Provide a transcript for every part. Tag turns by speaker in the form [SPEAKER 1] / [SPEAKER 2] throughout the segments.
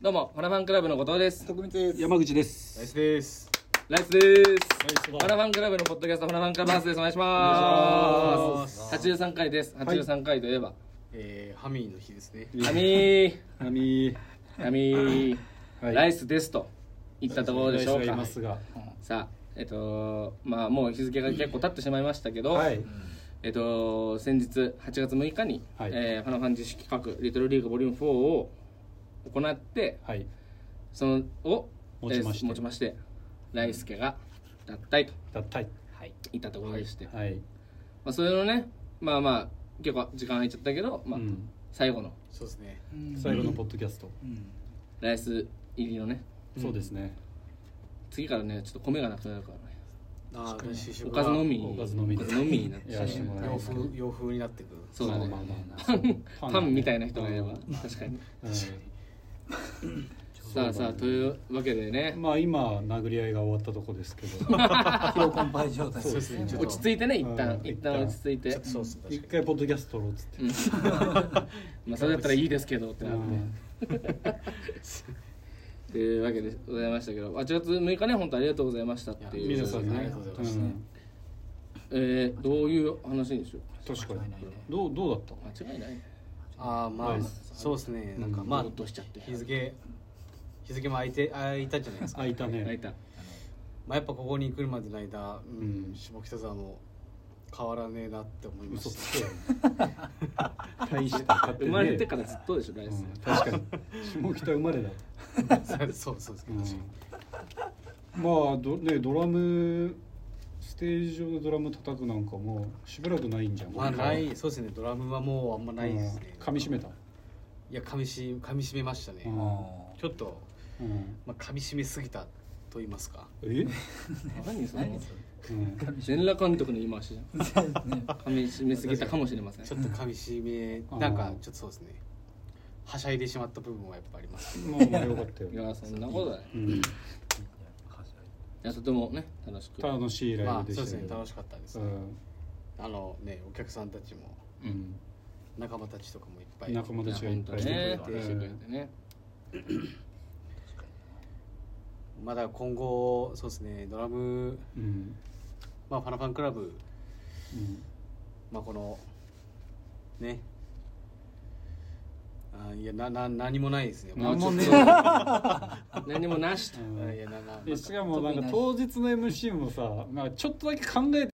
[SPEAKER 1] どうも、ファラファンクラブの後藤です。
[SPEAKER 2] 徳光です。
[SPEAKER 3] 山口です。
[SPEAKER 4] ナイスです。
[SPEAKER 1] ライスです。
[SPEAKER 4] ナイス
[SPEAKER 1] ファラファンクラブのポッドキャスト、ファラファンクラブハウスです。お願いします。八十三回です。八十三回といえば、
[SPEAKER 4] えー、ハミーの日ですね。
[SPEAKER 1] ハミー、
[SPEAKER 3] あみー、
[SPEAKER 1] ハミー、
[SPEAKER 3] はい
[SPEAKER 1] ライスですと言ったところでしょう
[SPEAKER 3] い
[SPEAKER 1] か
[SPEAKER 3] ま。すが、
[SPEAKER 1] さあ、えっと、まあもう日付が結構経ってしまいましたけど、
[SPEAKER 3] はい、
[SPEAKER 1] えっと、先日8月6日に、
[SPEAKER 3] はい
[SPEAKER 1] えーファラファン実施企画、リトルリーグボリューム4を行って、
[SPEAKER 3] はい、
[SPEAKER 1] そのを
[SPEAKER 3] 持ちまして
[SPEAKER 1] えー持ちましてライスケが脱退と
[SPEAKER 3] 脱退。
[SPEAKER 1] いったところでして、
[SPEAKER 3] はい、
[SPEAKER 1] まあ、それのねまあまあ結構時間空いちゃったけど、まあ
[SPEAKER 3] うん
[SPEAKER 1] 最後の
[SPEAKER 4] そうですね。
[SPEAKER 3] 最後のポッドキャスト。
[SPEAKER 1] ライス入りのね
[SPEAKER 3] そうですね。
[SPEAKER 1] 次からねちょっと米がなくなるからね
[SPEAKER 4] あー主食
[SPEAKER 1] お
[SPEAKER 4] が
[SPEAKER 1] かずのみに
[SPEAKER 3] おかずのみ
[SPEAKER 1] おか
[SPEAKER 3] に
[SPEAKER 1] ずのみにな ってしまう
[SPEAKER 3] やらせてもらい
[SPEAKER 4] 洋
[SPEAKER 3] ますけど。
[SPEAKER 4] 風洋風になってくる。
[SPEAKER 1] そうだね
[SPEAKER 3] まあまあまあ
[SPEAKER 1] パン
[SPEAKER 3] パン
[SPEAKER 1] パンみたいな人がいれば
[SPEAKER 3] う
[SPEAKER 1] 確かに
[SPEAKER 3] はい
[SPEAKER 1] さあさあというわけでね
[SPEAKER 3] まあ今殴り合いが終わったとこですけ ど、
[SPEAKER 2] 疲労困憊状態。
[SPEAKER 3] そうですね
[SPEAKER 1] 落ち着いてね一旦
[SPEAKER 3] うん
[SPEAKER 1] 一旦落ち着いて
[SPEAKER 4] ちょっとそうですね。
[SPEAKER 3] 一
[SPEAKER 4] 確か
[SPEAKER 3] 回ポッドキャスト撮ろうっつって。
[SPEAKER 1] まあそれだったらいいですけどってなってねというわけでございましたけど8月6日ね本当ありがとうございましたっていう
[SPEAKER 4] いや皆
[SPEAKER 3] そ
[SPEAKER 4] さ
[SPEAKER 3] うんです
[SPEAKER 4] あり
[SPEAKER 3] ね
[SPEAKER 4] がとうございます
[SPEAKER 1] えー、どういう話でしょう
[SPEAKER 3] うん確かに。どうどうだっ
[SPEAKER 1] 間違いない
[SPEAKER 4] あーま
[SPEAKER 3] ナ
[SPEAKER 4] あ
[SPEAKER 3] イス
[SPEAKER 4] そうですね。なんか
[SPEAKER 3] うん
[SPEAKER 4] ま
[SPEAKER 1] 落としちゃって
[SPEAKER 4] あ日付日付も空いて空いたじゃないです
[SPEAKER 3] た？
[SPEAKER 4] か。
[SPEAKER 3] 開いた
[SPEAKER 1] 泣い
[SPEAKER 3] ね。
[SPEAKER 1] た
[SPEAKER 4] まあやっぱここに来るまでの間、う
[SPEAKER 3] うん
[SPEAKER 4] ん、下北沢も変わらねえなって思いま
[SPEAKER 3] 嘘
[SPEAKER 4] し
[SPEAKER 3] つけよ。大した勝
[SPEAKER 1] 生
[SPEAKER 3] 手にね
[SPEAKER 1] まれてからずっとでしょライ
[SPEAKER 3] う
[SPEAKER 1] ス
[SPEAKER 3] ん、確かに下北生まれだ。
[SPEAKER 4] た。 そうそうですね。確かに
[SPEAKER 3] うんまあどねドラムステージ上でドラム叩くなんかもうしばらくないんじゃん。
[SPEAKER 4] まあないそうですね。ドラムはもうあんまないですね
[SPEAKER 3] うん。噛み締めた。
[SPEAKER 4] いや噛みし噛み締めましたね。
[SPEAKER 3] うん
[SPEAKER 4] ちょっと
[SPEAKER 3] うん
[SPEAKER 4] まあ噛み締めすぎたと言いますか。
[SPEAKER 3] え？
[SPEAKER 1] 何その
[SPEAKER 3] うん
[SPEAKER 1] 全裸監督の言い回しじゃん
[SPEAKER 2] そうですね。
[SPEAKER 1] 噛み締めすぎたかもしれません
[SPEAKER 4] ちょっと噛み締め、
[SPEAKER 3] うん
[SPEAKER 4] なんかちょっとそうですね。はしゃいでしまった部分はやっぱあります。
[SPEAKER 3] まあまあよかった
[SPEAKER 1] い
[SPEAKER 3] よ。
[SPEAKER 1] やそんなことないい
[SPEAKER 3] うん
[SPEAKER 1] やとてもね楽しく
[SPEAKER 3] 楽しい
[SPEAKER 4] ま
[SPEAKER 3] ライ
[SPEAKER 4] あ
[SPEAKER 3] ブ
[SPEAKER 4] そう
[SPEAKER 3] で
[SPEAKER 4] で
[SPEAKER 3] したけ
[SPEAKER 4] すね、
[SPEAKER 3] ど
[SPEAKER 4] 楽。しかったです
[SPEAKER 3] う
[SPEAKER 4] ね。
[SPEAKER 3] ん
[SPEAKER 4] あのね、お客さんたちも
[SPEAKER 3] うん
[SPEAKER 4] 仲間たちとかもいっぱい。
[SPEAKER 3] 仲間たちがいっぱい
[SPEAKER 1] いや
[SPEAKER 3] ね
[SPEAKER 1] 本当にね来てくれてね
[SPEAKER 4] まだ今後そうですね、ドラム
[SPEAKER 3] うん
[SPEAKER 4] まあファナファンクラブ
[SPEAKER 3] うん
[SPEAKER 4] まあこのね。あいやなな何もないですね。
[SPEAKER 3] なんもね
[SPEAKER 1] ちょっと何もなしと
[SPEAKER 3] うん
[SPEAKER 4] いやなな
[SPEAKER 3] でしかもなんか当日の MC もさ、まあ、ちょっとだけ考えて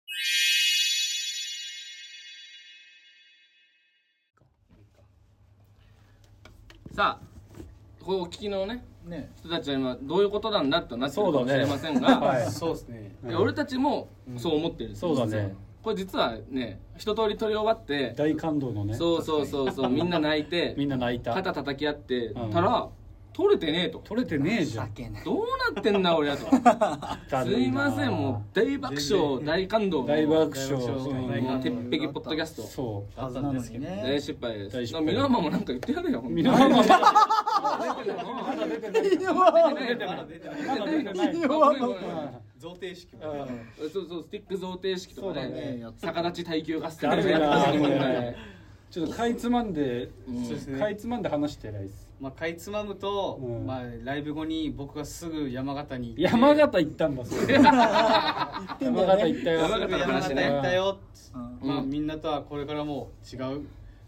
[SPEAKER 1] さあこうお聞きのね
[SPEAKER 2] ね。
[SPEAKER 1] 人たちは今どういうことなんだってなってるかもしれませんが、
[SPEAKER 3] はい
[SPEAKER 4] そうですね。
[SPEAKER 1] いや俺たちもそう思ってるんですよ
[SPEAKER 3] そうだね
[SPEAKER 1] これ実はね一通り撮り終わって
[SPEAKER 3] 大感動のね
[SPEAKER 1] そうそうそうそうみんな泣いて
[SPEAKER 3] みんな泣いた
[SPEAKER 1] 肩叩き合って
[SPEAKER 3] うん
[SPEAKER 1] たら取れてねえと
[SPEAKER 3] 取れてねえじゃん
[SPEAKER 2] 酒ね。
[SPEAKER 1] どうなってんだ俺らと すいませんもう大爆笑大感動
[SPEAKER 3] 大爆笑
[SPEAKER 4] 大
[SPEAKER 1] もう
[SPEAKER 4] 爆
[SPEAKER 1] 鉄
[SPEAKER 4] 笑
[SPEAKER 1] 壁ポッドキャスト
[SPEAKER 3] そ
[SPEAKER 2] はずなのにね。
[SPEAKER 1] 大失敗です
[SPEAKER 3] 大失敗
[SPEAKER 1] ミノアマもなんか言ってやるよ
[SPEAKER 3] う皆さんも
[SPEAKER 4] 贈呈式も
[SPEAKER 1] そうそうスティック贈呈式とか
[SPEAKER 3] そうだ
[SPEAKER 1] ね
[SPEAKER 2] ねやって
[SPEAKER 1] 逆立ち耐久合戦
[SPEAKER 3] ダ
[SPEAKER 1] とか
[SPEAKER 3] メだ
[SPEAKER 1] やって
[SPEAKER 3] こ
[SPEAKER 1] ました
[SPEAKER 3] れ
[SPEAKER 1] ね
[SPEAKER 3] ちょっとかいつまんで、
[SPEAKER 4] そうですね
[SPEAKER 3] かいつまんで話してないです
[SPEAKER 4] まあ、かいつまむと、
[SPEAKER 3] うん
[SPEAKER 4] まあ、ライブ後に僕がすぐ山形に行って
[SPEAKER 3] 山形行ったんだそれ山形行ったよ
[SPEAKER 1] 山形の
[SPEAKER 4] 山
[SPEAKER 1] 話
[SPEAKER 4] 形
[SPEAKER 1] ね
[SPEAKER 4] 行ったよ、
[SPEAKER 2] うん
[SPEAKER 4] まあ、
[SPEAKER 1] うん
[SPEAKER 4] みんなとはこれからも違う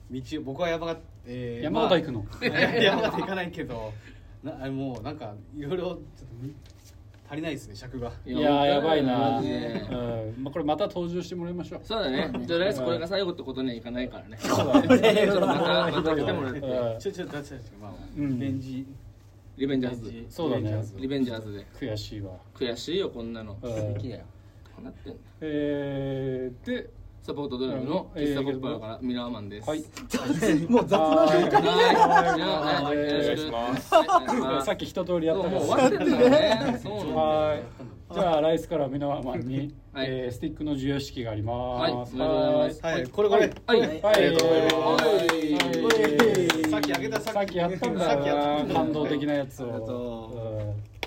[SPEAKER 4] 道を僕は山形、えー
[SPEAKER 3] 山形行くの、
[SPEAKER 4] まあ 山形行かないけどなもうなんかいろいろちょっと足りないですね尺が
[SPEAKER 3] いやーやばいな、
[SPEAKER 1] マジで
[SPEAKER 3] うんまあ、これまた登場してもらいましょう
[SPEAKER 1] そうだね。じゃあライスこれが最後ってことにはいかないからね。ちょっとまたまた来てもらって。
[SPEAKER 4] ちょちょっとちょっとまあ、
[SPEAKER 3] うん
[SPEAKER 4] レンジ
[SPEAKER 1] リベンジ
[SPEAKER 4] レ
[SPEAKER 1] ャー
[SPEAKER 4] ン
[SPEAKER 1] ズ
[SPEAKER 4] ジ。
[SPEAKER 3] そうだね
[SPEAKER 4] レンジャーズ
[SPEAKER 1] リベンジャーズで。
[SPEAKER 3] 悔しいわ、
[SPEAKER 1] 悔しいよ、こんなの。
[SPEAKER 3] う
[SPEAKER 1] こ
[SPEAKER 3] ん
[SPEAKER 1] うなってんの
[SPEAKER 3] えー、で
[SPEAKER 1] サポートドラムの喫茶ポッパーからミラーマンです。は
[SPEAKER 3] は
[SPEAKER 1] いい。
[SPEAKER 2] もう雑な紹介。
[SPEAKER 1] はい。よろしく。お願いします
[SPEAKER 3] さっ。き一通りや
[SPEAKER 1] も
[SPEAKER 3] った
[SPEAKER 1] う
[SPEAKER 3] から
[SPEAKER 1] 終わってんだよね。そうなんだよ。
[SPEAKER 3] はい。じゃあライスからミノワマンに、
[SPEAKER 1] はい
[SPEAKER 3] えースティックの授与式があり
[SPEAKER 1] はい。お
[SPEAKER 3] ま
[SPEAKER 1] め
[SPEAKER 3] す。
[SPEAKER 1] でとうございます。
[SPEAKER 4] はいこれこれ、
[SPEAKER 1] はい。
[SPEAKER 3] はい。
[SPEAKER 1] ありがとうございます。
[SPEAKER 3] はい
[SPEAKER 4] さっきあげたさ
[SPEAKER 3] さっきやったんだ
[SPEAKER 4] さっきやった
[SPEAKER 3] よ
[SPEAKER 4] ん
[SPEAKER 3] な
[SPEAKER 4] だ
[SPEAKER 3] 感動的なやつ
[SPEAKER 2] ありが
[SPEAKER 3] を
[SPEAKER 2] と。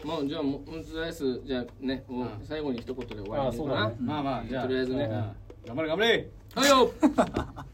[SPEAKER 1] まあじゃあもうライスじゃあね、もう最後に一言で終わりにしようか
[SPEAKER 3] あそ
[SPEAKER 1] な
[SPEAKER 3] うだね。
[SPEAKER 4] まあまあじゃあ
[SPEAKER 1] とりあえずね
[SPEAKER 4] うん頑張れ頑張れ
[SPEAKER 1] はいよ。